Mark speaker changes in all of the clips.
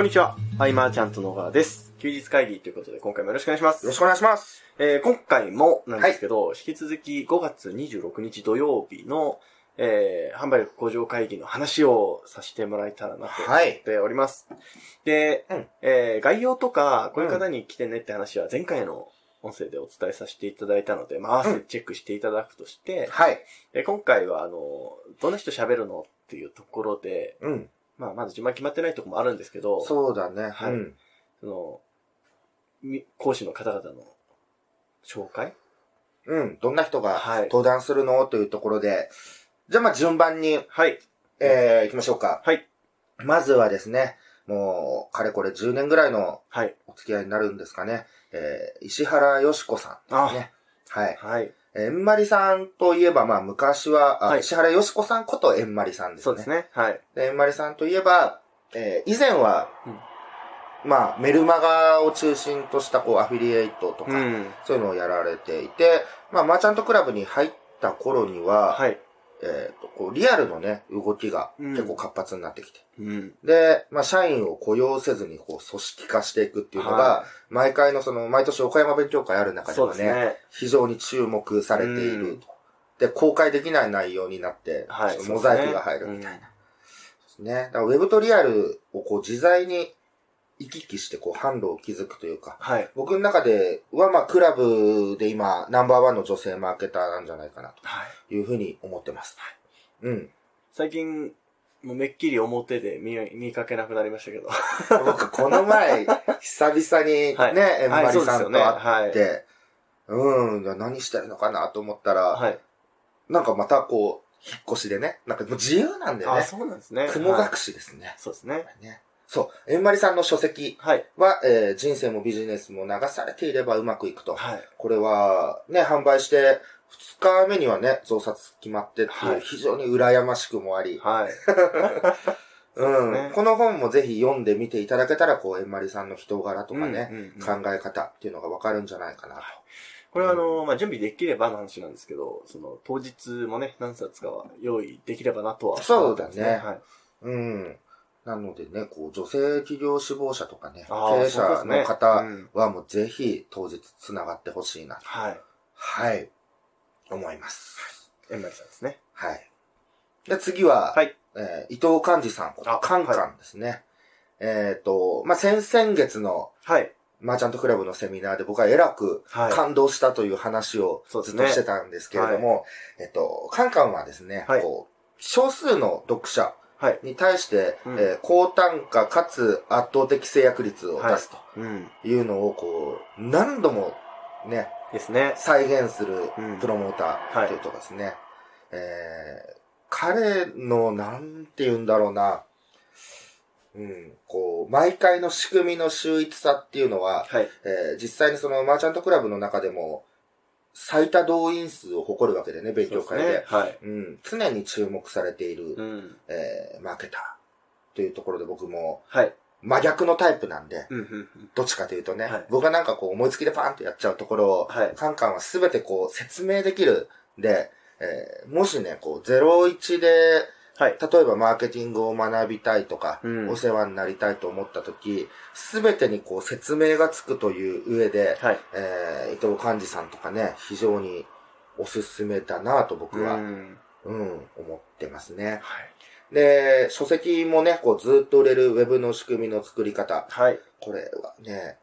Speaker 1: んにちは。アイマーちゃんと野川です。休日会議ということで、今回もよろしくお願いします。
Speaker 2: よろしくお願いします。
Speaker 1: えー今回もなんですけど、引き続き5月26日土曜日の、えー販売力向上会議の話をさせてもらえたらなと思
Speaker 2: はい
Speaker 1: っております。で、
Speaker 2: うん
Speaker 1: えー概要とか、こういう方に来てねって話は前回の音声でお伝えさせていただいたので、まあ、合わせてチェックしていただくとして、
Speaker 2: はい。
Speaker 1: で今回は、あの、どんな人喋るのっていうところで、
Speaker 2: うん。
Speaker 1: まあ、まだ順番決まってないとこもあるんですけど、
Speaker 2: そうだね。
Speaker 1: はい
Speaker 2: うん
Speaker 1: その、み講師の方々の紹介
Speaker 2: うん。どんな人が
Speaker 1: はい
Speaker 2: 登壇するのというところで。じゃあまあ順番に、
Speaker 1: はい。
Speaker 2: えー、行きましょうか。
Speaker 1: はい。
Speaker 2: まずはですね、もう、かれこれ10年ぐらいの
Speaker 1: はい。
Speaker 2: お付き合いになるんですかね。えー、石原よしこさ
Speaker 1: あ
Speaker 2: ん。ね。はい。
Speaker 1: はい。
Speaker 2: えんまりさんといえば、まあ昔は、あ
Speaker 1: はい
Speaker 2: 石原よしこさんことえんまりさんですね。
Speaker 1: そうですね。はい。
Speaker 2: で、まりさんといえば、えー以前は、
Speaker 1: うん
Speaker 2: まあ、メルマガを中心とした、こう、アフィリエイトとか、
Speaker 1: ん。
Speaker 2: そういうのをやられていて、まあ、マーチャントクラブに入った頃には、
Speaker 1: はい。
Speaker 2: えーとこうリアルのね、動きが
Speaker 1: うん
Speaker 2: 結構活発になってきて。
Speaker 1: うん。
Speaker 2: で、まあ、社員を雇用せずに、こう、組織化していくっていうのが、
Speaker 1: は
Speaker 2: 毎回のその、毎年岡山勉強会ある中で
Speaker 1: そう
Speaker 2: は
Speaker 1: です
Speaker 2: ね、
Speaker 1: ね。
Speaker 2: 非常に注目されていると。で、公開できない内容になって、
Speaker 1: はい
Speaker 2: ちょっとモザイクが入るみたいな。
Speaker 1: な。
Speaker 2: ね。だからウェブとリアルをこう自在に行き来してこう販路を築くというか、
Speaker 1: はい。
Speaker 2: 僕の中ではまあクラブで今ナンバーワンの女性マーケターなんじゃないかな
Speaker 1: はい。
Speaker 2: というふうに思ってます。うん。
Speaker 1: 最近、もうめっきり表で見、見かけなくなりましたけど。
Speaker 2: 僕こ の前、久々にね、
Speaker 1: はい
Speaker 2: エンマリ
Speaker 1: そうで
Speaker 2: さ
Speaker 1: す
Speaker 2: ん
Speaker 1: よ
Speaker 2: と
Speaker 1: ね。
Speaker 2: 会
Speaker 1: は
Speaker 2: っ
Speaker 1: い。
Speaker 2: て、うん、いや何してるのかなと思ったら、
Speaker 1: はい。
Speaker 2: なんかまたこう、引っ越しでね、なんかもう自由なんだよ
Speaker 1: あ、
Speaker 2: ね。
Speaker 1: そうなんですね。
Speaker 2: 雲
Speaker 1: はい
Speaker 2: 隠しですね。
Speaker 1: そうですね。
Speaker 2: ねそう、エンマリさんの書籍、
Speaker 1: はい。
Speaker 2: は、えー人生もビジネスも流されていればうまくいくと。
Speaker 1: はい。
Speaker 2: これは、ね、販売して、2日目にはね、増刷決まってって、
Speaker 1: はいいう
Speaker 2: 非常に羨ましくもあり、
Speaker 1: はい。
Speaker 2: うん、
Speaker 1: ですね
Speaker 2: この本もぜひ読んでみていただけたら、こう、えんまりさんの人柄とかね、
Speaker 1: うんうんうん
Speaker 2: 考え方っていうのがわかるんじゃないかなと。
Speaker 1: これはあの、まあ、準備できればの話なんですけど、その、当日もね、何冊かは用意できればなとは。
Speaker 2: そうだね
Speaker 1: はい。
Speaker 2: うん。なのでね、こう、女性企業志望者とかね、
Speaker 1: あー
Speaker 2: 経営者
Speaker 1: そうですね
Speaker 2: の方
Speaker 1: うん
Speaker 2: はもうぜひ当日つながってほしいなと、
Speaker 1: はい。
Speaker 2: はい、思います。
Speaker 1: エンマリさんですね。
Speaker 2: はい。で、次は、
Speaker 1: はい。
Speaker 2: えー伊藤寛治さん、
Speaker 1: あ
Speaker 2: カンカンですね。えっ、と、まあ、先々月の
Speaker 1: はい。
Speaker 2: マーチャントクラブのセミナーで僕はえらく
Speaker 1: はい。
Speaker 2: 感動したという話をず
Speaker 1: そう
Speaker 2: っ
Speaker 1: で
Speaker 2: と
Speaker 1: すね
Speaker 2: してたんですけれども、えっ、と、カンカンはですね、
Speaker 1: はい
Speaker 2: こう少数の読者
Speaker 1: はい。
Speaker 2: に対して、
Speaker 1: うん
Speaker 2: えー高単価かつ圧倒的制約率を出す
Speaker 1: うん。
Speaker 2: というのをこう、何度もね、
Speaker 1: ですね。
Speaker 2: 再現する
Speaker 1: うん
Speaker 2: プロモーターというとこですね。えー彼の、なんて言うんだろうな、うん、こう、毎回の仕組みの秀逸さっていうのは、
Speaker 1: はい。
Speaker 2: えー実際にそのマーチャントクラブの中でも、最多動員数を誇るわけでね、勉強会で。
Speaker 1: そうすね。はい。
Speaker 2: うん、常に注目されている、
Speaker 1: うん。
Speaker 2: えーマーケターというところで僕も
Speaker 1: はい。
Speaker 2: 真逆のタイプなんで、
Speaker 1: うん、うん、うん。
Speaker 2: どっちかというとね、
Speaker 1: はい
Speaker 2: 僕がなんかこう思いつきでパーンとやっちゃうところを、
Speaker 1: はい。
Speaker 2: カンカンはすべてこう説明できる。で、えーもしね、こう01で、
Speaker 1: はい。
Speaker 2: 例えばマーケティングを学びたいとか、
Speaker 1: うん
Speaker 2: お世話になりたいと思った時、すべてにこう説明がつくという上で、
Speaker 1: はい。
Speaker 2: えー伊藤寛治さんとかね、非常におすすめだなと僕は、
Speaker 1: ん。
Speaker 2: うん、思ってますね。
Speaker 1: はい。
Speaker 2: で、書籍もね、こうずっと売れるウェブの仕組みの作り方。
Speaker 1: はい。
Speaker 2: これはね、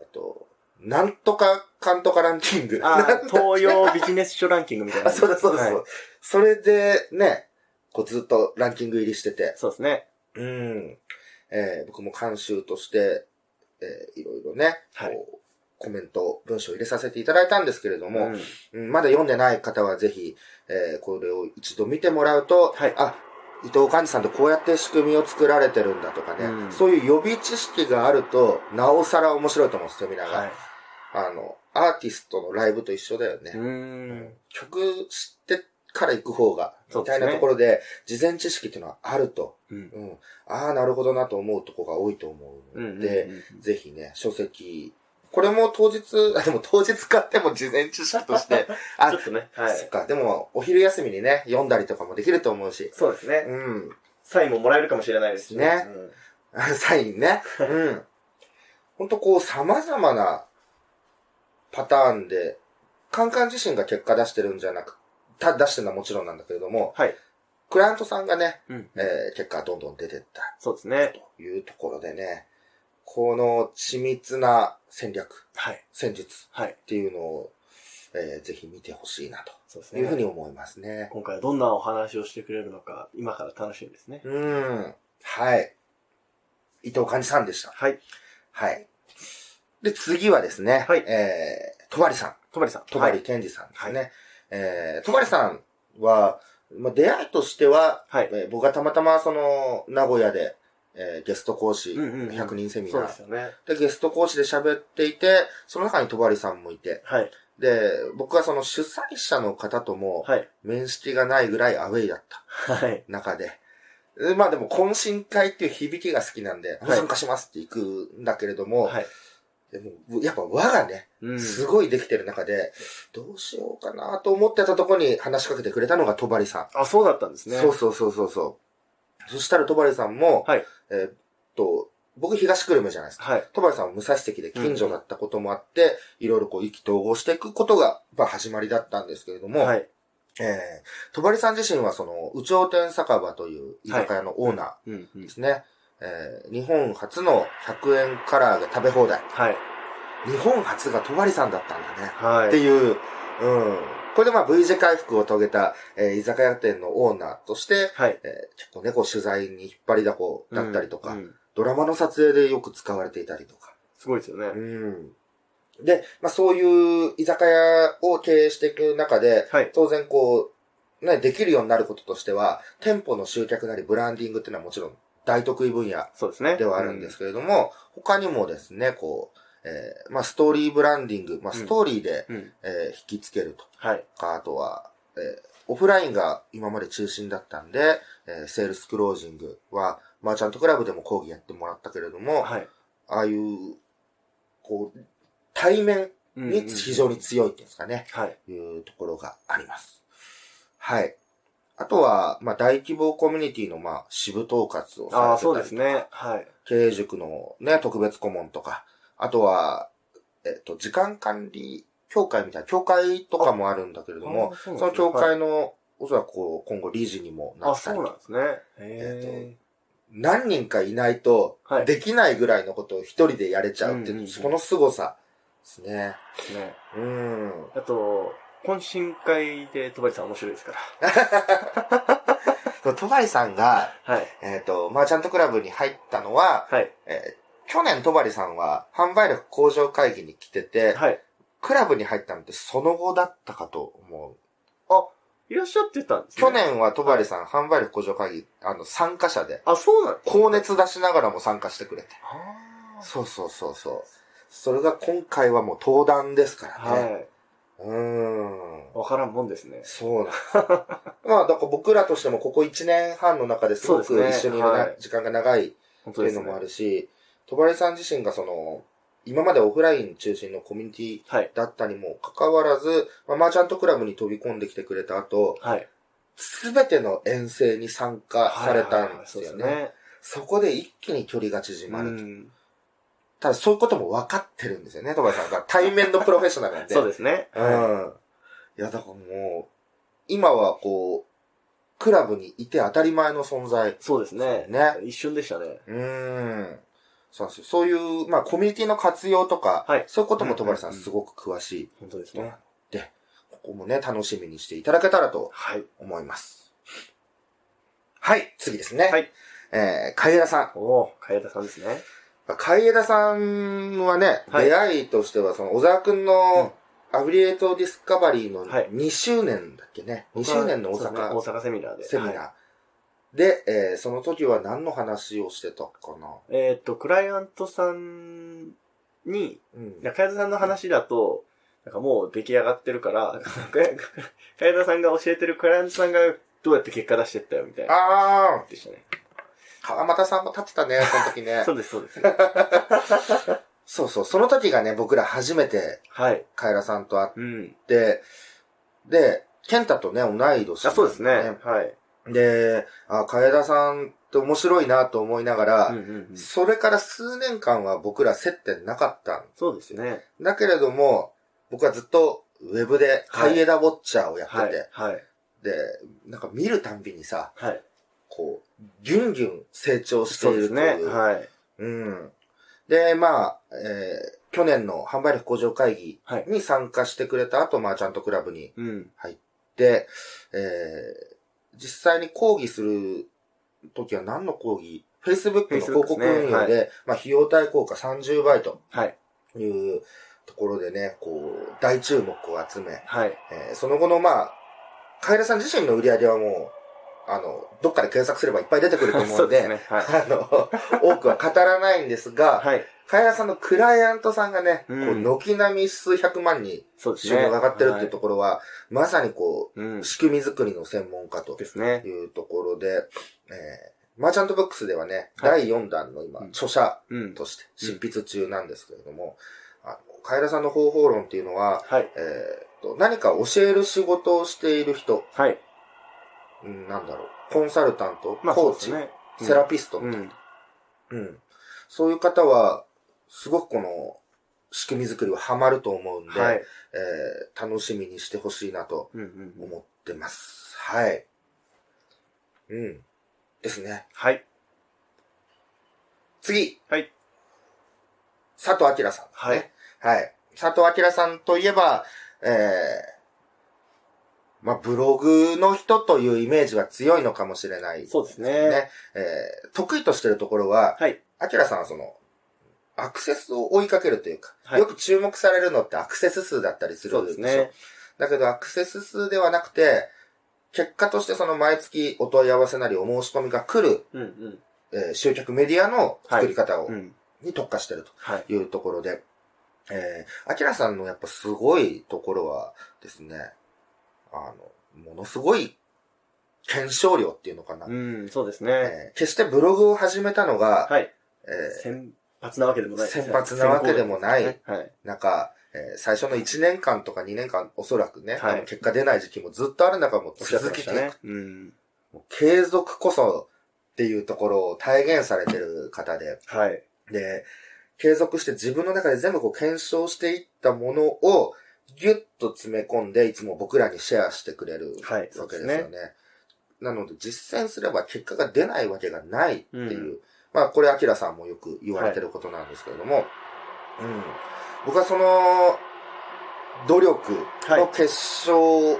Speaker 2: えっと、なんとかかんとかランキング。
Speaker 1: あー、東洋ビジネス書ランキングみたいな。
Speaker 2: あ、そうだそうだそうだ、
Speaker 1: はい
Speaker 2: それでね、こうずっとランキング入りしてて、
Speaker 1: そうですね。
Speaker 2: うん。えー僕も監修として、えーいろいろね、
Speaker 1: はい
Speaker 2: こうコメント、文章を入れさせていただいたんですけれども、
Speaker 1: ん
Speaker 2: うんまだ読んでない方はぜひ、えーこれを一度見てもらうと、
Speaker 1: はい
Speaker 2: あ、伊藤寛治さんとこうやって仕組みを作られてるんだとかね、
Speaker 1: うん
Speaker 2: そういう予備知識があると、なおさら面白いと思うんですよ、みんなが。
Speaker 1: はい。
Speaker 2: あの、アーティストのライブと一緒だよね。
Speaker 1: うーん。
Speaker 2: 曲知ってから行く方が、
Speaker 1: そう
Speaker 2: み
Speaker 1: で
Speaker 2: た
Speaker 1: す
Speaker 2: い
Speaker 1: ね
Speaker 2: なところで、事前知識っていうのはあると。
Speaker 1: うん。
Speaker 2: うん。ああ、なるほどなと思うとこが多いと思
Speaker 1: う
Speaker 2: う
Speaker 1: んうんう
Speaker 2: の
Speaker 1: ん。
Speaker 2: で、ぜひね、書籍、これも当日、 あ、でも当日買っても事前知識として、あ
Speaker 1: ちょっとね。 は
Speaker 2: そっ
Speaker 1: い。
Speaker 2: か、でもお昼休みにね、読んだりとかもできると思うし、
Speaker 1: そうですね。
Speaker 2: うん。
Speaker 1: サインももらえるかもしれないですし
Speaker 2: ね
Speaker 1: うん
Speaker 2: サインね。うん。ほんとこう様々なパターンで、カンカン自身が結果出してるんじゃなく、た出してるのはもちろんなんだけれども、
Speaker 1: はい。
Speaker 2: クライアントさんがね、
Speaker 1: うん。
Speaker 2: えー結果がどんどん出てった
Speaker 1: そうですね。
Speaker 2: というところでね、この緻密な戦略、
Speaker 1: はい。
Speaker 2: 戦術
Speaker 1: はい。
Speaker 2: っていうのを、えーぜひ見てほしいな
Speaker 1: そうです
Speaker 2: というふう
Speaker 1: ね。
Speaker 2: に思いますね。
Speaker 1: 今回はどんなお話をしてくれるのか、今から楽しみですね。
Speaker 2: うん。はい。伊藤寛治さんでした。
Speaker 1: はい。
Speaker 2: はい。で、次はですね、
Speaker 1: はい
Speaker 2: えー、とばりさん、
Speaker 1: とばりさん。
Speaker 2: とば
Speaker 1: は
Speaker 2: り
Speaker 1: い。
Speaker 2: けんじさんですね。えー、とばりさんは、まあ、出会いとしては、
Speaker 1: はい。
Speaker 2: えー僕がたまたまその、名古屋で、えーゲスト講師、
Speaker 1: うんうんうん
Speaker 2: 100人セミナ
Speaker 1: そう
Speaker 2: ー
Speaker 1: ですよね。
Speaker 2: でゲスト講師で喋っていて、その中にとばりさんもいて、
Speaker 1: はい。
Speaker 2: で、僕はその主催者の方とも、
Speaker 1: はい。
Speaker 2: 面識がないぐらいアウェイだった
Speaker 1: はい。
Speaker 2: 中で、でまあでも懇親会っていう響きが好きなんで、
Speaker 1: はい
Speaker 2: 参加しますって行くんだけれども、
Speaker 1: はい。
Speaker 2: でもやっぱ輪がね、
Speaker 1: うん。
Speaker 2: すごいできてる中で、どうしようかなと思ってたとこに話しかけてくれたのがとばりさん。
Speaker 1: あ、そうだったんですね。
Speaker 2: そうそうそうそうそう。そしたら、とばりさんも、
Speaker 1: はい
Speaker 2: えーっと、僕東久留米じゃないですか。
Speaker 1: はい。
Speaker 2: とばりさんは武蔵関で近所だったこともあって、いろいろこう意気投合していくことが、まあ始まりだったんですけれども、
Speaker 1: はい。
Speaker 2: えー、とばりさん自身はその、宇頂天酒場という居酒屋のオーナ
Speaker 1: うんう
Speaker 2: ー
Speaker 1: ん
Speaker 2: で。すね。えー日本初の100円唐揚げ食べ放題。
Speaker 1: はい。
Speaker 2: 日本初がとばりさんだったんだね。っ
Speaker 1: は
Speaker 2: て
Speaker 1: い。
Speaker 2: いう、うん。これでまあ V 字回復を遂げた、えー居酒屋店のオーナーとして、
Speaker 1: はい。
Speaker 2: えー結構ね、こう取材に引っ張りだこだったりとか、
Speaker 1: うんうん
Speaker 2: ドラマの撮影でよく使われていたりとか。
Speaker 1: すごいですよね。
Speaker 2: うん。で、まあそういう居酒屋を経営していく中で、
Speaker 1: はい。
Speaker 2: 当然こう、ね、できるようになることとしては、店舗の集客なりブランディングっていうのはもちろん大得意分野
Speaker 1: そうですね。
Speaker 2: ではあるんですけれども、他にもですね、こう、えーまあストーリーブランディング、まあストーリーで、
Speaker 1: うん。うん。
Speaker 2: えー引きつけると
Speaker 1: はい。
Speaker 2: か、あとは、えーオフラインが今まで中心だったんで、えーセールスクロージングは、マーチャントクラブでも講義やってもらったけれども、
Speaker 1: はい。
Speaker 2: ああいう、こう、対面
Speaker 1: うんうんう
Speaker 2: に
Speaker 1: ん
Speaker 2: 非常に強いっていうんですかね、
Speaker 1: はい。
Speaker 2: いうところがあります。はい。あとは、まあ、大規模コミュニティの、まあ、支部統括を
Speaker 1: ああ、
Speaker 2: さ
Speaker 1: そう
Speaker 2: れ
Speaker 1: で
Speaker 2: てた
Speaker 1: す
Speaker 2: り、
Speaker 1: ね。はい。
Speaker 2: 経営塾のね、特別顧問とか、あとは、えっと、時間管理協会みたいな、協会とかもあるんだけれども、
Speaker 1: あー、そう
Speaker 2: そ
Speaker 1: なん
Speaker 2: の
Speaker 1: ですね
Speaker 2: 協会の、おそらくこう、今後理事にもな
Speaker 1: あ、
Speaker 2: ったり
Speaker 1: そうなんですね。
Speaker 2: え
Speaker 1: へ
Speaker 2: 何人かいないと
Speaker 1: え。はい。で
Speaker 2: できないぐらいのことを一人でやれちゃうって
Speaker 1: うんうん
Speaker 2: いうう、
Speaker 1: ん
Speaker 2: その凄さですね。
Speaker 1: すね。
Speaker 2: うん。
Speaker 1: あと、懇親会で戸張さん面白いですから。
Speaker 2: そのトバリさんが、
Speaker 1: はい。
Speaker 2: えっ、と、マーチャントクラブに入ったのは、
Speaker 1: はい。
Speaker 2: えー去年トバリさんは販売力向上会議に来てて、
Speaker 1: はい。
Speaker 2: クラブに入ったのってその後だったかと思う。
Speaker 1: いらっしゃってたんですね。
Speaker 2: 去。年はトバリさん、販売力向上会議、あの、参加者で、
Speaker 1: あ、そうなん
Speaker 2: 高熱出しながらも参加してくれて。
Speaker 1: あ
Speaker 2: そうそうそうそう。それが今回はもう登壇ですか
Speaker 1: あ。
Speaker 2: らね。
Speaker 1: は
Speaker 2: うーん
Speaker 1: い。。わからんもんですね。
Speaker 2: そうなんです まあ、だから僕らとしてもここ1年半の中ですご
Speaker 1: そ
Speaker 2: く
Speaker 1: うで
Speaker 2: 一
Speaker 1: す
Speaker 2: 緒
Speaker 1: ね
Speaker 2: にいるな
Speaker 1: はい
Speaker 2: 時間が長いっ
Speaker 1: 本
Speaker 2: て
Speaker 1: 当で
Speaker 2: いう
Speaker 1: す
Speaker 2: の
Speaker 1: ね。
Speaker 2: もあるし、とばりさん自身がその、今までオフライン中心のコミュニティ
Speaker 1: はい。
Speaker 2: だったにもかかわらず、まあ、マーチャントクラブに飛び込んできてくれた後、
Speaker 1: はい。
Speaker 2: すべての遠征に参加されたんですよ
Speaker 1: はいはい
Speaker 2: ね。
Speaker 1: はい
Speaker 2: そこで一気に距離が縮ま
Speaker 1: そう
Speaker 2: る
Speaker 1: で
Speaker 2: と。
Speaker 1: すね。うん
Speaker 2: ただそういうことも分かってるんですよね、戸張さんが。対面のプロフェッショナルなん で。
Speaker 1: そうですね。
Speaker 2: うん。いや、だからもう、今はこう、クラブにいて当たり前の存在。
Speaker 1: そうですね。
Speaker 2: ね。
Speaker 1: 一瞬でしたね。
Speaker 2: うーん。そうなんですよ。そういう、まあ、コミュニティの活用とか、
Speaker 1: はい
Speaker 2: そういうことも戸張さ
Speaker 1: うんんうんうん
Speaker 2: すごく詳しい
Speaker 1: 本当です
Speaker 2: 人なの
Speaker 1: ね。
Speaker 2: で、ここもね、楽しみにしていただけたらと
Speaker 1: はい。
Speaker 2: 思います。はい、次ですね。
Speaker 1: はい。
Speaker 2: えー、海枝さん。
Speaker 1: おお、かやたさんですね。
Speaker 2: 海枝さんはね、
Speaker 1: はい
Speaker 2: 出会いとしては、その、小沢くんの、アフィリエイトディスカバリーの
Speaker 1: はい
Speaker 2: 2周年だっけね。2周年の大
Speaker 1: そうですね
Speaker 2: 阪
Speaker 1: 大阪セミナーで。
Speaker 2: セミナー。
Speaker 1: はい
Speaker 2: で、えーその時は何の話をしてたかな。
Speaker 1: えーっと、クライアントさんに、
Speaker 2: うん。
Speaker 1: 中谷さんの話だと、なんかもう出来上がってるから、 中谷さんが教えてるクライアントさんがどうやって結果出してったよみたいな。
Speaker 2: あ
Speaker 1: でしたね。。
Speaker 2: ー、川又さんも立ってたね、その時 ね
Speaker 1: そうです、そうです。
Speaker 2: そうそう、その時がね、僕ら初めて、
Speaker 1: はい。
Speaker 2: カエラさんと会っ
Speaker 1: うん。
Speaker 2: て、で、ケンタとね、同い年、
Speaker 1: あ、そうですね。。はい。
Speaker 2: で、あ、カエダさんって面白いなと思いながら、
Speaker 1: うんうんうん
Speaker 2: それから数年間は僕ら接点なかったん
Speaker 1: そうですね。
Speaker 2: だけれども、僕はずっとウェブで
Speaker 1: は
Speaker 2: ハ
Speaker 1: い
Speaker 2: イエダウォッチャーをやってて、
Speaker 1: はい。はい。
Speaker 2: で、なんか見るたんびにさ、
Speaker 1: はい。
Speaker 2: こう、ギュンギュン成長して
Speaker 1: そ
Speaker 2: いう
Speaker 1: で
Speaker 2: る
Speaker 1: す
Speaker 2: と
Speaker 1: ね。
Speaker 2: いう。
Speaker 1: はい。
Speaker 2: うん。で、まあ、えー去年の販売力向上会議
Speaker 1: はい
Speaker 2: に参加してくれた後、マーチャントクラブに
Speaker 1: うん。
Speaker 2: で、えー実際に講義する時は何の講義 ?Facebook の広告
Speaker 1: Facebook ですね
Speaker 2: 運用で、まあ、費用対効果30倍と
Speaker 1: はい。
Speaker 2: いうところでね、こう、大注目を集め、
Speaker 1: はい。
Speaker 2: えーその後のまあ、カエラさん自身の売り上げはもう、あの、どっかで検索すればいっぱい出てくると思う
Speaker 1: そ
Speaker 2: の
Speaker 1: うで
Speaker 2: で、
Speaker 1: すね。はい。
Speaker 2: あの、多くは語らないんですが、
Speaker 1: はい。
Speaker 2: カエラさんのクライアントさんがね、
Speaker 1: う
Speaker 2: こうん軒並み数百万に
Speaker 1: そうです
Speaker 2: 収
Speaker 1: ね。
Speaker 2: 入が上がってるっていう
Speaker 1: こと
Speaker 2: ころは、まさにこう、
Speaker 1: うん。
Speaker 2: 仕組み作りの専門家と
Speaker 1: ですね。
Speaker 2: いうところで、えー、マーチャントブックスではね、
Speaker 1: は
Speaker 2: 第4弾の今
Speaker 1: う、ん
Speaker 2: 著者
Speaker 1: うん。
Speaker 2: として執筆中なんですけれども、あの、カエラさんの方法論っていうのは、
Speaker 1: はい。
Speaker 2: えーと、何か教える仕事をしている人、
Speaker 1: はい。
Speaker 2: うん、なんだろう、コンサルタント、
Speaker 1: まあ、そ
Speaker 2: コー
Speaker 1: うで
Speaker 2: チ、
Speaker 1: すね。
Speaker 2: セラピスト、う、
Speaker 1: うんん。
Speaker 2: そういう方は、すごくこの、仕組み作りはハマると思うんで、
Speaker 1: はい。
Speaker 2: えー楽しみにしてほしいなと
Speaker 1: うんうんうん。
Speaker 2: 思ってます。はい。うん。ですね。
Speaker 1: はい。
Speaker 2: 次。
Speaker 1: はい。
Speaker 2: 佐藤明さん、
Speaker 1: はい。。
Speaker 2: はい。佐藤明さんといえば、えー、まあ、ブログの人というイメージは強いのかもしれない、
Speaker 1: そうです
Speaker 2: ね。
Speaker 1: ね。
Speaker 2: えー、得意としてるところは、
Speaker 1: はい。
Speaker 2: 明さんはその、アクセスを追いかけるというか、
Speaker 1: はい
Speaker 2: よく注目されるのってアクセス数だったりする
Speaker 1: そ
Speaker 2: ん
Speaker 1: う
Speaker 2: で
Speaker 1: ですす
Speaker 2: ね。
Speaker 1: ね。
Speaker 2: だけどアクセス数ではなくて、結果としてその毎月お問い合わせなりお申し込みが来る、
Speaker 1: うんうん。
Speaker 2: えー集客メディアの作り方を、
Speaker 1: うん。
Speaker 2: に特化してる
Speaker 1: はい。
Speaker 2: というところで、えー、アキラさんのやっぱすごいところはですね、あの、ものすごい検証量っていうのかな。
Speaker 1: うん、そうですね。
Speaker 2: えー決してブログを始めたのが、
Speaker 1: はい。
Speaker 2: え
Speaker 1: 先発なわけでもない。
Speaker 2: 先発なわけでもない
Speaker 1: 先行ですねはい。
Speaker 2: ーなんか、えー最初の1年間とか2年間、おそらくね、
Speaker 1: はい
Speaker 2: あの結果出ない時期もずっとある中も
Speaker 1: おっしゃって
Speaker 2: 続
Speaker 1: ま
Speaker 2: け
Speaker 1: してた
Speaker 2: いく
Speaker 1: ね。うん。
Speaker 2: もう継続こそっていうところを体現されてる方で、
Speaker 1: はい。
Speaker 2: で、継続して自分の中で全部こう検証していったものをギュッと詰め込んでいつも僕らにシェアしてくれるわ
Speaker 1: はい
Speaker 2: けですよね。
Speaker 1: そうです
Speaker 2: なので実践すれば結果が出ないわけがないっていう。
Speaker 1: う
Speaker 2: まあこれ、アキラさんもよく言われてることなんですけれども、うん。僕はその、努力の結晶を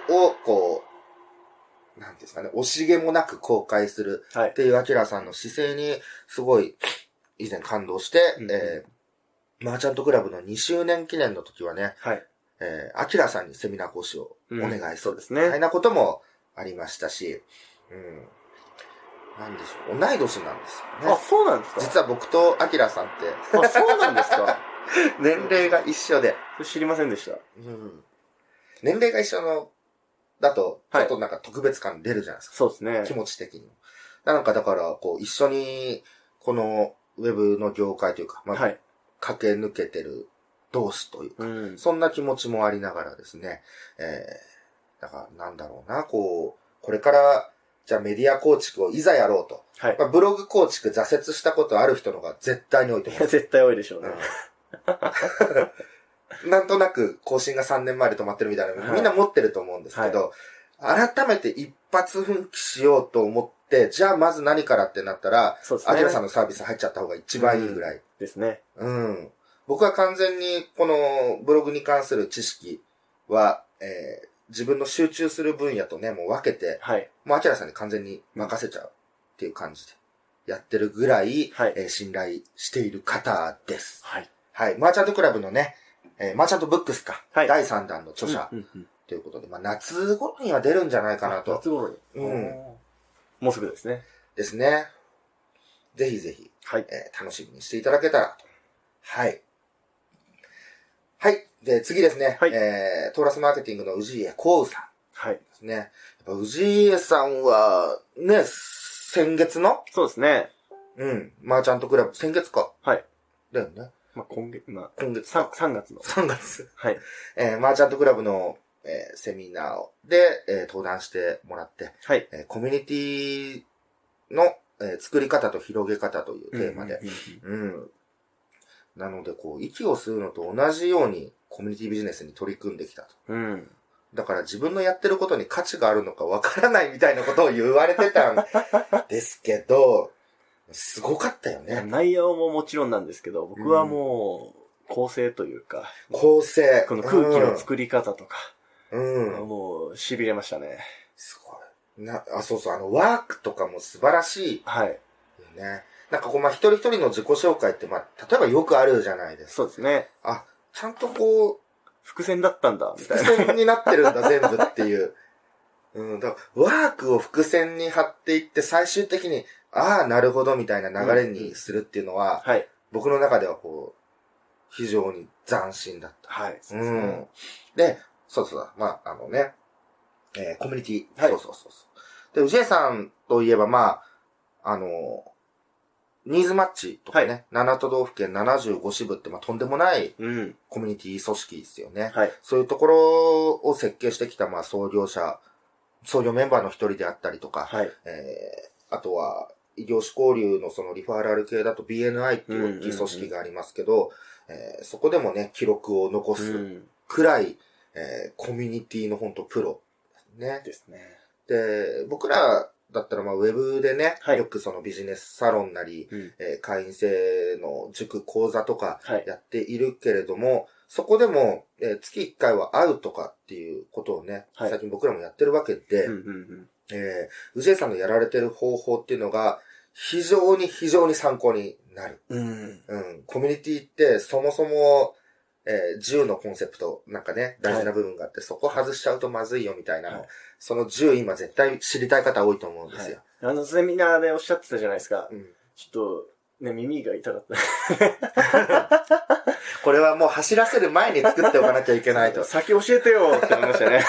Speaker 2: こう、なんていうんですかね、惜しげもなく公開する
Speaker 1: は
Speaker 2: っ
Speaker 1: い。
Speaker 2: ていうアキラさんの姿勢にすごい以前感動して、
Speaker 1: うん
Speaker 2: えーマーチャントクラブの2周年記念の時はね、
Speaker 1: はい。
Speaker 2: えーアキラさんにセミナー講師をお願い
Speaker 1: うん
Speaker 2: す
Speaker 1: そ
Speaker 2: る
Speaker 1: うです
Speaker 2: みたい
Speaker 1: ね。
Speaker 2: なこともありましたし、うん。なんでしょう、同い年なんですよ
Speaker 1: あ、
Speaker 2: ね。
Speaker 1: そうなんですか
Speaker 2: 実は僕とアキラさんって
Speaker 1: あ、そうなんですか
Speaker 2: 年齢が一緒で、
Speaker 1: それ知りませんでした。
Speaker 2: うん年齢が一緒の、だと、ちょ
Speaker 1: はい
Speaker 2: っとなんか特別感出るじゃないですか。
Speaker 1: そうですね
Speaker 2: 気。持ち的にも。なんかだから、こう、一緒に、この、ウェブの業界というか、まあ、
Speaker 1: はい。
Speaker 2: 駆け抜けてる同士というか、
Speaker 1: うん。
Speaker 2: そんな気持ちもありながらですね、えー、だからなんだろうな、こう、これから、じゃあメディア構築をいざやろうと。
Speaker 1: はい。
Speaker 2: まあ、ブログ構築挫折したことある人の方が絶対に多いと
Speaker 1: い
Speaker 2: 思
Speaker 1: や絶対多いでしょうね。
Speaker 2: う。なん となく更新が3年前で止まってるみたいな、
Speaker 1: はい
Speaker 2: みんな持ってると思うんですけど、改めて一発奮起しようと思って、じゃあまず何からってなったら、
Speaker 1: そうです
Speaker 2: ア
Speaker 1: ね。
Speaker 2: キラさんのサービス入っちゃった方が一番いいぐらい。
Speaker 1: ですね。
Speaker 2: うん。僕は完全にこのブログに関する知識は、えー自分の集中する分野とね、もう分けて、
Speaker 1: はい。
Speaker 2: もうアキラさんに完全に任せちゃうっていう感じでやってるぐらい、
Speaker 1: はい
Speaker 2: えー信頼している方です。
Speaker 1: はい。
Speaker 2: はい。マーチャントクラブのね、えーマーチャントブックスか。
Speaker 1: はい
Speaker 2: 第3弾の著者
Speaker 1: うんうんうん
Speaker 2: ということで、まあ夏頃には出るんじゃないかなと。
Speaker 1: 夏頃に。
Speaker 2: うん
Speaker 1: おーもうすぐですね。
Speaker 2: ですね。ぜひぜひ、
Speaker 1: はい。
Speaker 2: えー楽しみにしていただけたらと。はい。はい。で、次ですね。
Speaker 1: はい
Speaker 2: えートーラスマーケティングの氏家幸さん
Speaker 1: はい。
Speaker 2: ですね。やっぱ氏家さんは、ね、先月の
Speaker 1: そうですね。
Speaker 2: うん。マーチャントクラブ、先月か。
Speaker 1: はい。
Speaker 2: だよね。
Speaker 1: まあ、今月、まあ、
Speaker 2: 今月
Speaker 1: 三
Speaker 2: か。
Speaker 1: 三月の。
Speaker 2: 3月。
Speaker 1: はい。
Speaker 2: えーマーチャントクラブのえーセミナーで、えー登壇してもらって、
Speaker 1: はい。
Speaker 2: えーコミュニティの、えー作り方と広げ方というテーマで、
Speaker 1: うんうん
Speaker 2: うん。なので、こう、息を吸うのと同じようにコミュニティビジネスに取り組んできたと。
Speaker 1: うんうん。うん
Speaker 2: だから自分のやってることに価値があるのかわからないみたいなことを言われてたんですけど、すごかったよね。
Speaker 1: 内容ももちろんなんですけど、僕はもう、構成というか、
Speaker 2: 構成。
Speaker 1: この空気の作り方とか、
Speaker 2: うん。うん。
Speaker 1: もう、痺れましたね。
Speaker 2: すごい。な、あ、そうそう、あの、ワークとかも素晴らし
Speaker 1: はい。
Speaker 2: いよね。なんかこう、まあ、一人一人の自己紹介って、まあ、例えばよくあるじゃないですか。
Speaker 1: そうですね。
Speaker 2: あ、ちゃんとこう、
Speaker 1: 伏線だったんだ、みた
Speaker 2: 伏
Speaker 1: いな。
Speaker 2: 線になってるんだ、全部っていう。 うん、だからワークを伏線に貼っていって、最終的に、ああ、なるほど、みたいな流れにするっていうのは、
Speaker 1: はい。
Speaker 2: 僕の中ではこう、非常に斬新だっ
Speaker 1: はい。
Speaker 2: た。
Speaker 1: そううですね
Speaker 2: ん。で、そうそうだ、まあ、あのね、えーコミュニティ。
Speaker 1: はい
Speaker 2: そうそうそうそう。で、宇治江さんといえば、まあ、あの、ニーズマッチとかね、7都道府県75支部って、まあ、とんでもない
Speaker 1: うん。
Speaker 2: コミュニティ組織ですよね。
Speaker 1: はい。
Speaker 2: そういうところを設計してきた、まあ、創業者、創業メンバーの一人であったりとか、
Speaker 1: はい。
Speaker 2: えーあとは、異業種交流のそのリファラル系だと BNI っていう大きい組織がありますけど、えーそこでもね、記録を残
Speaker 1: う
Speaker 2: す
Speaker 1: ん。
Speaker 2: くらい、えーコミュニティの本当プロ。ね。
Speaker 1: ですね。
Speaker 2: で、僕らだったら、まあ、ウェブでね、
Speaker 1: はい
Speaker 2: よくそのビジネスサロンなり、
Speaker 1: うん。
Speaker 2: えー会員制の塾講座とか、
Speaker 1: はい。
Speaker 2: やっているけれども、そこでも、えー月1回は会うとかっていうことをね、
Speaker 1: はい
Speaker 2: 最近僕らもやってるわけで、
Speaker 1: うんうん
Speaker 2: えー、宇治江さんのやられてる方法っていうのが、非常に非常に参考になる。
Speaker 1: うん。うん。
Speaker 2: うん。コミュニティってそもそも、えー、10のコンセプト、なんかね、大事な部分があって、そこ外しちゃうとまずいよみたいなの、
Speaker 1: はい
Speaker 2: その10今絶対知りたい方多いと思うんですよ。
Speaker 1: あの、セミナーでおっしゃってたじゃないですか。
Speaker 2: うん
Speaker 1: ちょっと、ね、耳が痛かった。い
Speaker 2: これはもう走らせる前に作っておかなきゃいけない と。
Speaker 1: 先教えてよって思いましたね。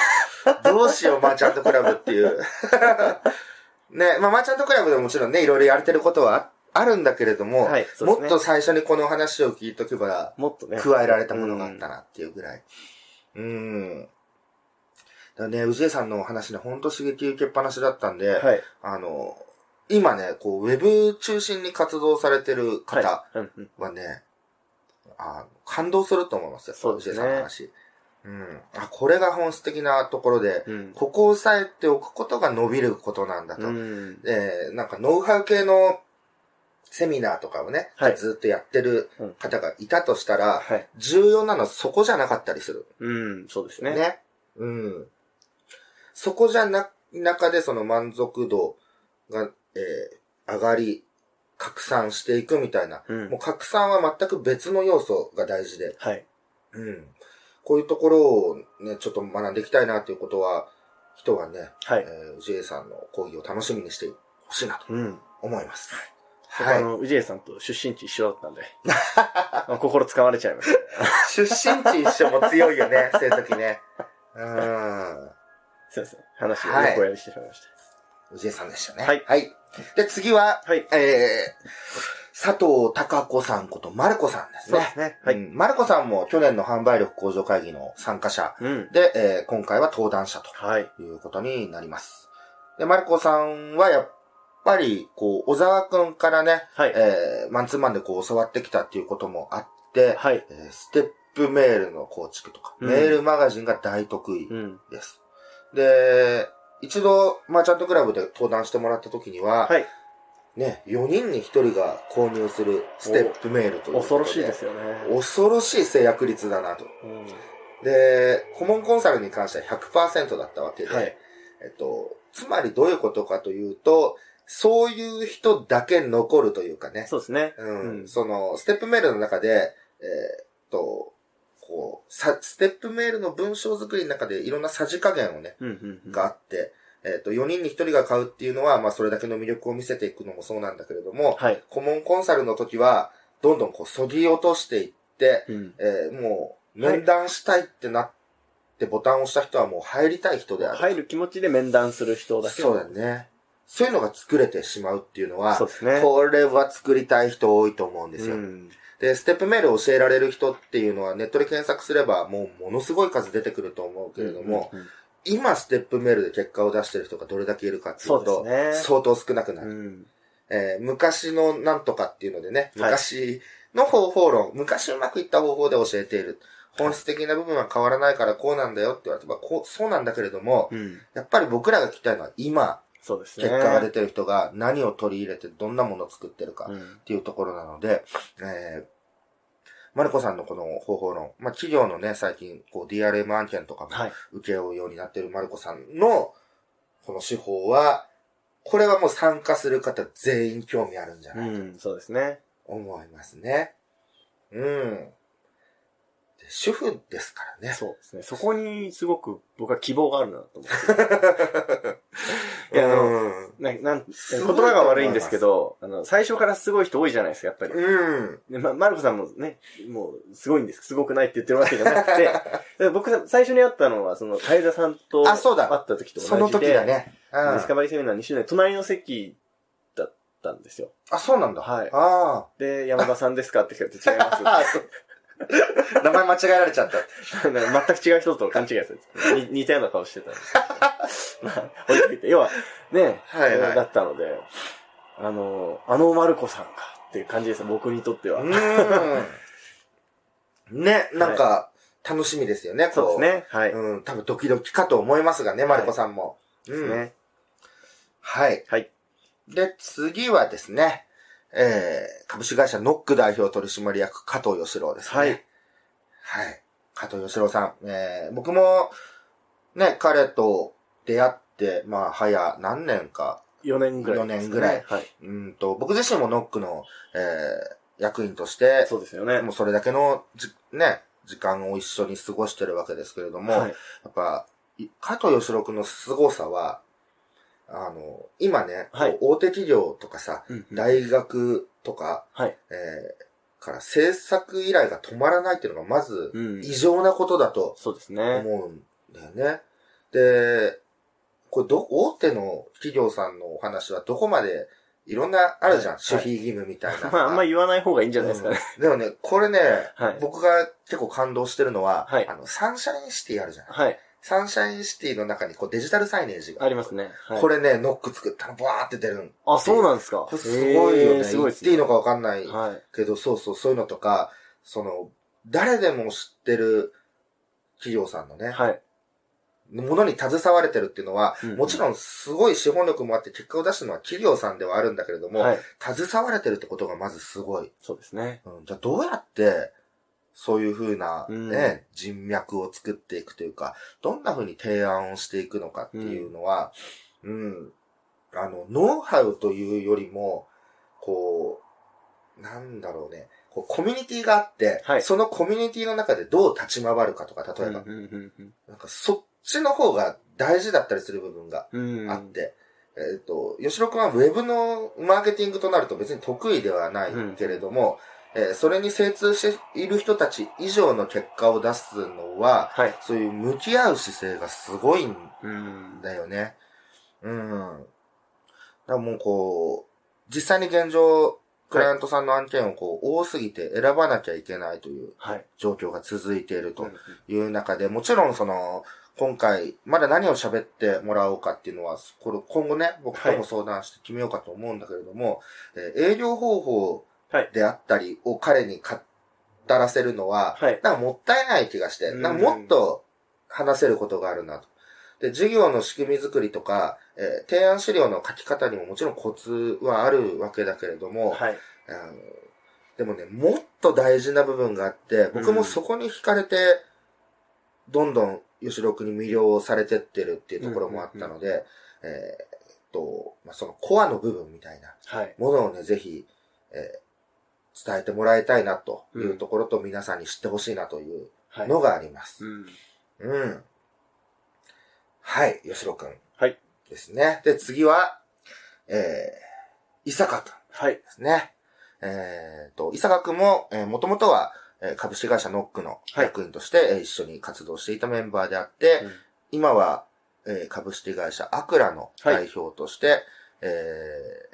Speaker 2: どうしよう、マーチャントクラブっていう。 ね、まあ、マーチャントクラブでももちろんね、いろいろやれてることはああるんだけれども、
Speaker 1: はい。そうで
Speaker 2: も
Speaker 1: す
Speaker 2: っ
Speaker 1: ね
Speaker 2: と、最初にこの話を聞いとけば、
Speaker 1: もっとね。
Speaker 2: 加えられたものがあったなっていうぐらい。うん。だからね、宇治江さんのお話ね、ほんと刺激受けっぱなしだったんで、
Speaker 1: うん。はい。
Speaker 2: あの、今ね、こう、ウェブ中心に活動されてる方
Speaker 1: はい。うんうん。
Speaker 2: はね、あ感動すると思いますよ、
Speaker 1: そうですね
Speaker 2: 宇治江さんの話。うん。あ、これが本質的なところで、
Speaker 1: うん。
Speaker 2: ここを押さえておくことが伸びることなんだと。
Speaker 1: うん。
Speaker 2: えーなんかノウハウ系のセミナーとかをね、
Speaker 1: はい
Speaker 2: ずっとやってる方がいたとしたら、
Speaker 1: はい。
Speaker 2: 重要なのはそこじゃなかったりする。
Speaker 1: うん。そうです
Speaker 2: ね。
Speaker 1: ね。
Speaker 2: うん。そこじゃな、中でその満足度が、えー上がり、拡散していくみたいな。
Speaker 1: う。
Speaker 2: もうん拡散は全く別の要素が大事で。
Speaker 1: はい。
Speaker 2: うん。こういうところをね、ちょっと学んでいきたいなということは、人はね、
Speaker 1: はい。
Speaker 2: えー、宇治江さんの講義を楽しみにしてほしいなと
Speaker 1: うん。
Speaker 2: 思います。
Speaker 1: は、
Speaker 2: はい
Speaker 1: あ
Speaker 2: い。
Speaker 1: の、宇治江さんと出身地一緒だったん で。まあ心掴まれちゃいました。
Speaker 2: 出身地一緒も強いよね、 そういう時ね。うーん。
Speaker 1: すいません。話を横やりしてしまいまし
Speaker 2: 宇治江さんでしたね。
Speaker 1: はい
Speaker 2: はい。で、次は、
Speaker 1: た。はい。
Speaker 2: えー、佐藤孝子さんこと、マルコさんです
Speaker 1: そうです
Speaker 2: ね。
Speaker 1: ね。はい。
Speaker 2: うんマルコさんも去年の販売力向上会議の参加者
Speaker 1: うん。
Speaker 2: で、えー今回は登壇者と
Speaker 1: はい。
Speaker 2: いうことになります。で、マルコさんはやっぱり、こう、小沢くんからね、
Speaker 1: はい。
Speaker 2: えーマンツーマンでこう教わってきたっていうこともあって、
Speaker 1: はい。
Speaker 2: えーステップメールの構築とか、
Speaker 1: うん
Speaker 2: メールマガジンが大得意
Speaker 1: うん。
Speaker 2: です。で、一度、マーチャントクラブで登壇してもらった時には、
Speaker 1: はい。
Speaker 2: ね、4人に1人が購入するステップメールということ
Speaker 1: 恐ろしいですよね。
Speaker 2: 恐ろしい制約率だなと。
Speaker 1: うん
Speaker 2: で、顧問コンサルに関しては100%だったわけで、
Speaker 1: はい。
Speaker 2: えっと、つまりどういうことかというと、そういう人だけ残るというかね、
Speaker 1: そうですね。
Speaker 2: うん
Speaker 1: うん
Speaker 2: その、ステップメールの中で、えーっと、こう、さ、ステップメールの文章作りの中でいろんなさじ加減をね、
Speaker 1: うんうんうん。
Speaker 2: があって、えーっと、4人に1人が買うっていうのは、まあ、それだけの魅力を見せていくのもそうなんだけれども、
Speaker 1: はい。
Speaker 2: 顧問コンサルの時は、どんどんこう、そぎ落としていって、
Speaker 1: うん。
Speaker 2: えーもう、
Speaker 1: はい
Speaker 2: 面談したいってなって、ボタンを押した人はもう入りたい人である。
Speaker 1: 入る気持ちで面談する人だけを
Speaker 2: そうだ。ね。そういうのが作れてしまうっていうのは
Speaker 1: そう、ですね。
Speaker 2: これは作りたい人多いと思うんですよ。
Speaker 1: うん
Speaker 2: で、ステップメールを教えられる人っていうのはネットで検索すればもうものすごい数出てくると思うけれども、
Speaker 1: うんうんうん
Speaker 2: 今ステップメールで結果を出してる人がどれだけいるかっていう
Speaker 1: そ
Speaker 2: と
Speaker 1: うですね
Speaker 2: 相当少なくなる。
Speaker 1: うん。
Speaker 2: えー昔のなんとかっていうのでね、
Speaker 1: はい
Speaker 2: 昔の方法論、昔うまくいった方法で教えている。本質的な部分は変わらないからこうなんだよって言われて、まあこう、そうなんだけれども、
Speaker 1: うん。
Speaker 2: やっぱり僕らが聞きたいのは今、
Speaker 1: そうですね。
Speaker 2: 結果が出てる人が何を取り入れてどんなものを作ってるか
Speaker 1: う
Speaker 2: っ
Speaker 1: ん。
Speaker 2: ていうところなので、えー、マルコさんのこの方法論、まあ企業のね、最近こう DRM 案件とかも
Speaker 1: はい。
Speaker 2: 受け負うようになっているマルコさんの、この手法は、これはもう参加する方全員興味あるんじゃ
Speaker 1: う
Speaker 2: ない、
Speaker 1: ん、そうですね。
Speaker 2: 思いますね。うん。で主婦ですからね。
Speaker 1: そうですね。そこにすごく僕は希望があるなと思って。いやあの
Speaker 2: うん。
Speaker 1: ななん
Speaker 2: す
Speaker 1: 言
Speaker 2: ごいと思います
Speaker 1: 葉が悪いんですけど、あの、最初からすごい人多いじゃないですか、やっぱり。
Speaker 2: うん。
Speaker 1: でま、マルコさんもね、もう、すごいんです。すごくないって言ってるわけじゃなく て、だから僕、最初に会ったのは、その、カエさんと、
Speaker 2: あそうだ
Speaker 1: 会った時と同じで、
Speaker 2: その時だね。うん
Speaker 1: ディスカバリーセミナー2周年、隣の席だったんですよ。
Speaker 2: あ、そうなんだ。
Speaker 1: はい
Speaker 2: あ
Speaker 1: で、山田さんですかって聞かれて違います
Speaker 2: あ。 名前間違えられちゃった。
Speaker 1: なん か全く違う人と勘違いするんで すに似たような顔してたん ですけど。まあ、置いといて。要は、ね、
Speaker 2: はいはい
Speaker 1: だったので、あの、あのマルコさんかっていう感じです。僕にとっては。
Speaker 2: うん。ね、なんか、楽しみですよね、こ
Speaker 1: そうですね。はい。
Speaker 2: うん、多分ドキドキかと思いますがね、マルコさんも。
Speaker 1: です
Speaker 2: うん。
Speaker 1: ね。
Speaker 2: はい。
Speaker 1: はい。
Speaker 2: で、次はですね、えー、株式会社ノック代表取締役加藤義郎ですね。
Speaker 1: はい。
Speaker 2: はい。加藤義郎さん。えー、僕も、ね、彼と出会って、まあ、早何年か。
Speaker 1: 4年ぐらいですね、
Speaker 2: 四年ぐらい
Speaker 1: はい。
Speaker 2: うんと、僕自身もノックの、えー、役員として、
Speaker 1: そうですよね。
Speaker 2: もうそれだけのじ、ね、時間を一緒に過ごしてるわけですけれども、
Speaker 1: はい。
Speaker 2: やっぱ、い加藤義郎君の凄さは、あの、今ね、
Speaker 1: はい
Speaker 2: こう大手企業とかさ、
Speaker 1: うんうん
Speaker 2: 大学とか、
Speaker 1: はい。
Speaker 2: えーから制作依頼が止まらないっていうのがまず
Speaker 1: うん。
Speaker 2: 異常なことだと
Speaker 1: そうです
Speaker 2: 思
Speaker 1: ね。
Speaker 2: うんだよね。で、これど、大手の企業さんのお話はどこまでいろんなあるじゃん、
Speaker 1: はい
Speaker 2: 守秘義務みたいなの が。
Speaker 1: まあ、あんま言わない方がいいんじゃないですかね。
Speaker 2: うんでもね、これね、
Speaker 1: はい
Speaker 2: 僕が結構感動してるのは、
Speaker 1: はい
Speaker 2: あの、サンシャインシティあるじゃん。
Speaker 1: はい。
Speaker 2: サンシャインシティの中にこうデジタルサイネージが。
Speaker 1: ありますね。はい。
Speaker 2: これね、ノック作ったらブワーって出るん。
Speaker 1: あ、そうなんですか
Speaker 2: こ。れすごいよ
Speaker 1: へ
Speaker 2: ね。
Speaker 1: ーすごいで
Speaker 2: 言っ
Speaker 1: す
Speaker 2: て
Speaker 1: ね。
Speaker 2: いいのかわかんない
Speaker 1: はい。
Speaker 2: けど、そうそう、そういうのとか、その、誰でも知ってる企業さんのね、
Speaker 1: はい。
Speaker 2: ものに携われてるっていうのは、
Speaker 1: うん
Speaker 2: もちろんすごい資本力もあって結果を出すのは企業さんではあるんだけれども、
Speaker 1: はい。
Speaker 2: 携われてるってことがまずすごい。
Speaker 1: そうですね。
Speaker 2: うん、じゃあどうやって、そういうふうな、ね
Speaker 1: うん
Speaker 2: 人脈を作っていくというか、どんなふうに提案をしていくのかっていうのは、うん、あの、ノウハウというよりも、こう、なんだろうね、こうコミュニティがあって、
Speaker 1: はい
Speaker 2: そのコミュニティの中でどう立ち回るかとか、例えば、
Speaker 1: うんうんうん
Speaker 2: なんかそっちの方が大事だったりする部分が
Speaker 1: うん。うん
Speaker 2: あって、えっ、と、吉野くんはウェブのマーケティングとなると別に得意ではないけれども、えーそれに精通している人たち以上の結果を出すのは、
Speaker 1: はい。
Speaker 2: そういう向き合う姿勢がすごいん
Speaker 1: うん。
Speaker 2: だよね。うん。だからもうこう、実際に現状、クライアントさんの案件をこう、多すぎて選ばなきゃいけないという
Speaker 1: はい。
Speaker 2: 状況が続いているという中で、もちろんその、今回、まだ何を喋ってもらおうかっていうのは、これ今後ね、僕とも相談して決めようかと思うんだけれども、えー営業方法であったりを彼に語らせるのは、
Speaker 1: はい
Speaker 2: なんかもったいない気がして、
Speaker 1: うん
Speaker 2: なんかもっと話せることがあるなと。で、授業の仕組み作りとか、えー提案資料の書き方にももちろんコツはあるわけだけれども、
Speaker 1: はい。
Speaker 2: あのでもね、もっと大事な部分があって、僕もそこに惹かれて、どんどん吉郎君に魅了されてってるっていうところもあったので、えーっと、まあ、そのコアの部分みたいな
Speaker 1: はい。
Speaker 2: ものをね、ぜひ、えー伝えてもらいたいなというところと、皆さんに知ってほしいなという
Speaker 1: はい。
Speaker 2: のがあります。
Speaker 1: うん。
Speaker 2: うん。はい、吉郎君
Speaker 1: はい。
Speaker 2: ですね。で、次は、えー、伊坂君。
Speaker 1: はい。
Speaker 2: ですね。えっ、と、伊坂くんも、えー、もともとは、えー株式会社ノックの
Speaker 1: はい
Speaker 2: 役員として、えー一緒に活動していたメンバーであって、
Speaker 1: うん
Speaker 2: 今は、えー株式会社アクラの
Speaker 1: はい
Speaker 2: 代表として、えー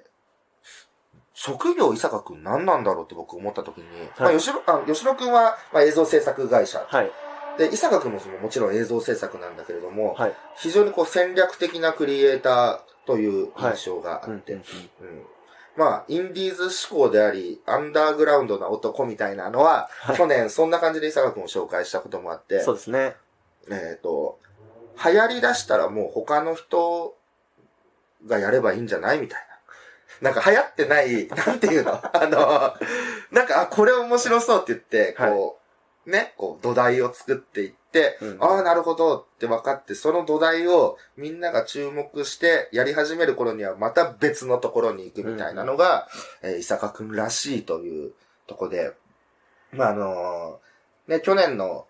Speaker 2: 職業伊坂くん何なんだろうって僕思った時に、まあ吉野、あ吉野くんは、まあ、映像制作会社。
Speaker 1: はい。
Speaker 2: で、伊坂くんもそのもちろん映像制作なんだけれども、
Speaker 1: はい。
Speaker 2: 非常にこう戦略的なクリエイターという印象があって、
Speaker 1: うん
Speaker 2: うんまあ、インディーズ志向であり、アンダーグラウンドな男みたいなのは、
Speaker 1: はい
Speaker 2: 去年そんな感じで伊坂くんを紹介したこともあって
Speaker 1: そう、ですね。
Speaker 2: えっ、と、流行り出したらもう他の人がやればいいんじゃないみたいな。なんか流行ってない、 なんていうのあの、なんか、あ、これ面白そうって言って、こう、ね、こう土台を作っていって、
Speaker 1: うん
Speaker 2: ああ、なるほどって分かって、その土台をみんなが注目してやり始める頃にはまた別のところに行くみたいなのが、えー伊坂くんらしいというとこで、まあ、あのーね、去年の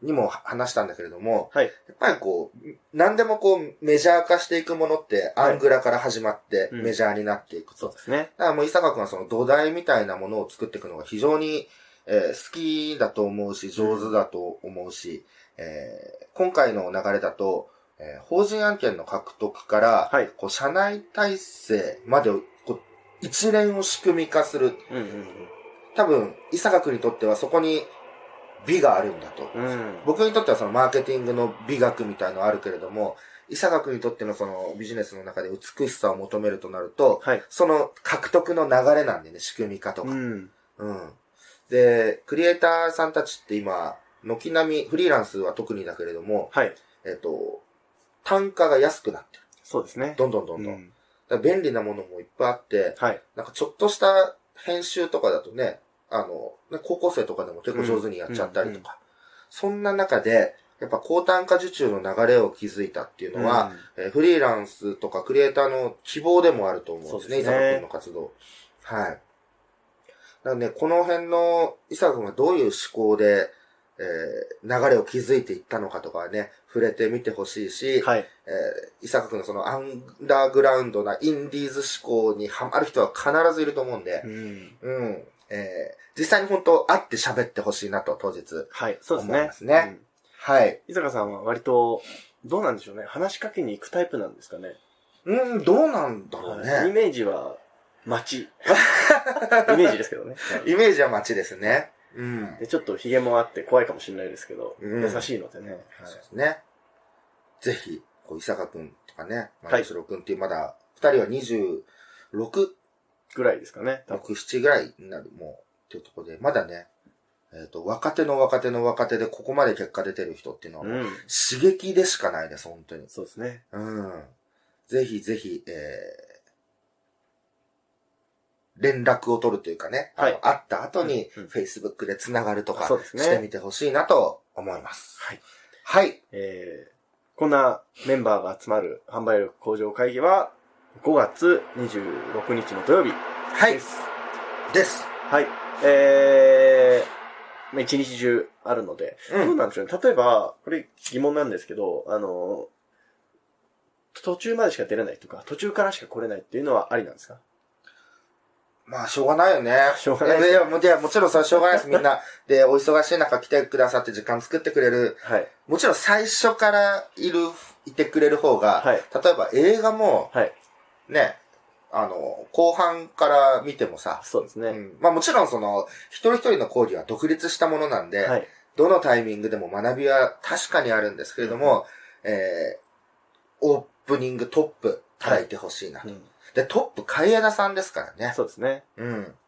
Speaker 2: にも話したんだけれども、
Speaker 1: はい。
Speaker 2: やっぱりこう、何でもこう、メジャー化していくものって、アングラから始まって、
Speaker 1: うん
Speaker 2: メジャーになっていくと。
Speaker 1: そうですね。
Speaker 2: だからもう伊坂くんはその土台みたいなものを作っていくのが非常に、えー好きだと思うし、上手だと思うし、えー今回の流れだと、えー法人案件の獲得から、
Speaker 1: はい
Speaker 2: こう社内体制までをこう一連を仕組み化する。
Speaker 1: うんうん
Speaker 2: 多分、伊坂くんにとってはそこに美があるんだと。
Speaker 1: うん。うん。
Speaker 2: 僕にとってはそのマーケティングの美学みたいのはあるけれども、伊坂君にとってのそのビジネスの中で美しさを求めるとなると、
Speaker 1: はい。
Speaker 2: その獲得の流れなんでね、仕組み化とか。うん。
Speaker 1: ん。
Speaker 2: で、クリエイターさんたちって今、軒並み、フリーランスは特にだけれども、
Speaker 1: はい。
Speaker 2: えっ、と、単価が安くなってる。
Speaker 1: そうですね。
Speaker 2: どんどんどんどん。
Speaker 1: うん
Speaker 2: だから便利なものもいっぱいあって、
Speaker 1: はい。
Speaker 2: なんかちょっとした編集とかだとね、あの、ね高校生とかでも結構上手にやっちゃったりとか、そんな中で、やっぱ高単価受注の流れを築いたっていうのは、えーフリーランスとかクリエイターの希望でもあると思うんですね、
Speaker 1: そうで
Speaker 2: 伊
Speaker 1: すね
Speaker 2: 坂君の活動。はい。なので、この辺の伊坂君がどういう思考で、えー流れを築いていったのかとかはね、触れてみてほしいし、
Speaker 1: うんはい。
Speaker 2: えー、伊坂くんのそのアンダーグラウンドなインディーズ思考にハマる人は必ずいると思うんで
Speaker 1: う、ん。
Speaker 2: うん。えー、実際に本当会って喋ってほしいなと、当日。
Speaker 1: はい。そうです
Speaker 2: 思い
Speaker 1: ね
Speaker 2: ま。すね
Speaker 1: うん。
Speaker 2: はい。
Speaker 1: 伊坂さんは割と、どうなんでしょうね。話しかけに行くタイプなんですかね。
Speaker 2: うん、どうなんだろう
Speaker 1: はいイ
Speaker 2: ね。
Speaker 1: メージは、街。 イメージですけどね。はい
Speaker 2: イメージは街ですね。うん。
Speaker 1: でちょっとヒゲもあって怖いかもしれないですけど、
Speaker 2: うん
Speaker 1: 優しいのでね。はい
Speaker 2: そうですね。ぜひ、こう伊坂くんとかね、まあ、
Speaker 1: はい
Speaker 2: 吉郎くんっていうまだ、二人は26、
Speaker 1: ぐらいですかね。多分
Speaker 2: 6、7ぐらいになる、もう、っていうところで、まだね、えっ、と、若手の若手の若手でここまで結果出てる人っていうのは、
Speaker 1: うん。
Speaker 2: 刺激でしかないです、本当に。
Speaker 1: そうですね。
Speaker 2: うん。ぜひぜひ、えー、連絡を取るというかね、あの
Speaker 1: はい
Speaker 2: 会った後に、
Speaker 1: うんうん
Speaker 2: Facebook で繋がるとか、
Speaker 1: あそうですね
Speaker 2: してみてほしいなと思います。
Speaker 1: はい。
Speaker 2: はい。
Speaker 1: えー、こんなメンバーが集まる販売力向上会議は、5月26日の土曜日
Speaker 2: はい
Speaker 1: で。す。
Speaker 2: です。
Speaker 1: はい。えー、まあ一日中あるので、
Speaker 2: う。
Speaker 1: どうんなんでしょうね。例えば、これ疑問なんですけど、あの、途中までしか出れないとか、途中からしか来れないっていうのはありなんですか
Speaker 2: まあ、しょうがないよね。
Speaker 1: しょうがないです
Speaker 2: いややもういやもちろんそれはしょうがないです。み んな。で、お忙しい中来てくださって時間作ってくれる。
Speaker 1: はい。
Speaker 2: もちろん最初からいる、いてくれる方が、
Speaker 1: はい
Speaker 2: 例えば映画も、
Speaker 1: はい。
Speaker 2: ね、あの、後半から見てもさ、
Speaker 1: そうですね。
Speaker 2: うんまあもちろんその、一人一人の講義は独立したものなんで、
Speaker 1: はい。
Speaker 2: どのタイミングでも学びは確かにあるんですけれども、えー、オープニングトップ叩いてほしいな、
Speaker 1: うん
Speaker 2: で、トップ、海江田さんですからね。
Speaker 1: そうですね。
Speaker 2: うん。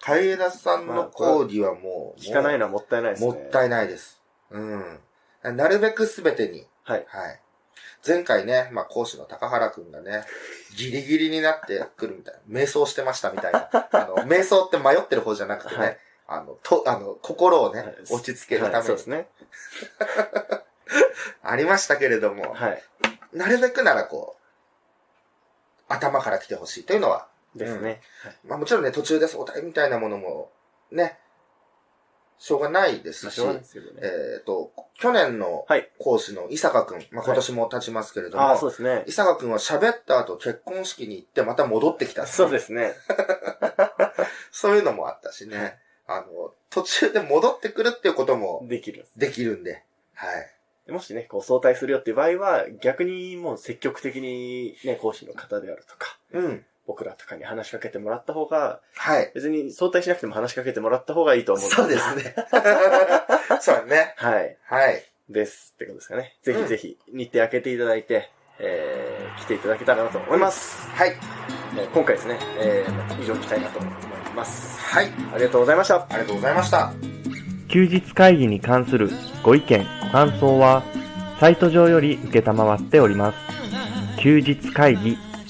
Speaker 2: 海江田さん
Speaker 1: まあ
Speaker 2: の
Speaker 1: これは
Speaker 2: 講義はもう、
Speaker 1: 聞かないのはもったいないですね。
Speaker 2: もったいないです。うん。なるべくすべてに、
Speaker 1: はい。
Speaker 2: はい。前回ね、まあ講師の高原くんがね、ギリギリになってくるみたいな、瞑想してましたみた いな。あの、瞑想って迷ってる方じゃなくてね、
Speaker 1: はい
Speaker 2: あの、と、あの、心をね
Speaker 1: はい、
Speaker 2: 落ち着けるために、
Speaker 1: はいそうですね。
Speaker 2: ありましたけれども、
Speaker 1: はい。
Speaker 2: なるべくならこう、頭から来てほしいというのは、
Speaker 1: ですね。はい
Speaker 2: まあもちろんね、途中で相対みたいなものも、ね、しょうがないで
Speaker 1: まあ
Speaker 2: す
Speaker 1: し
Speaker 2: し、
Speaker 1: ょうがないですけどね。
Speaker 2: えっ、と、去年の
Speaker 1: はい。
Speaker 2: 講師の伊坂くん、まあ今年も立ちますけれども、
Speaker 1: ああ、そうですね。
Speaker 2: 伊坂くんは喋った後結婚式に行ってまた戻ってきた。
Speaker 1: そうですね。
Speaker 2: そういうのもあったしね。あの、途中で戻ってくるっていうことも
Speaker 1: できる。
Speaker 2: できるんで。はい。
Speaker 1: もしね、こう相対するよっていう場合は、逆にもう積極的にね、講師の方であるとか、
Speaker 2: うん。
Speaker 1: 僕らとかに話しかけてもらった方が、
Speaker 2: はい。
Speaker 1: 別に相対しなくても話しかけてもらった方がいいと思うん
Speaker 2: そうですね。 そうだね。
Speaker 1: はい。
Speaker 2: はい。
Speaker 1: ですってことですかね。ぜひぜひ日程開けていただいて、えー、来ていただけたらなと思います。
Speaker 2: はい。
Speaker 1: えー今回ですね、えー、以上にしたいなと思います。
Speaker 2: はい。
Speaker 1: ありがとうございました。
Speaker 2: ありがとうございました。
Speaker 3: 休日会議に関するご意見、ご感想は、サイト上より受けたまわっております。休日会議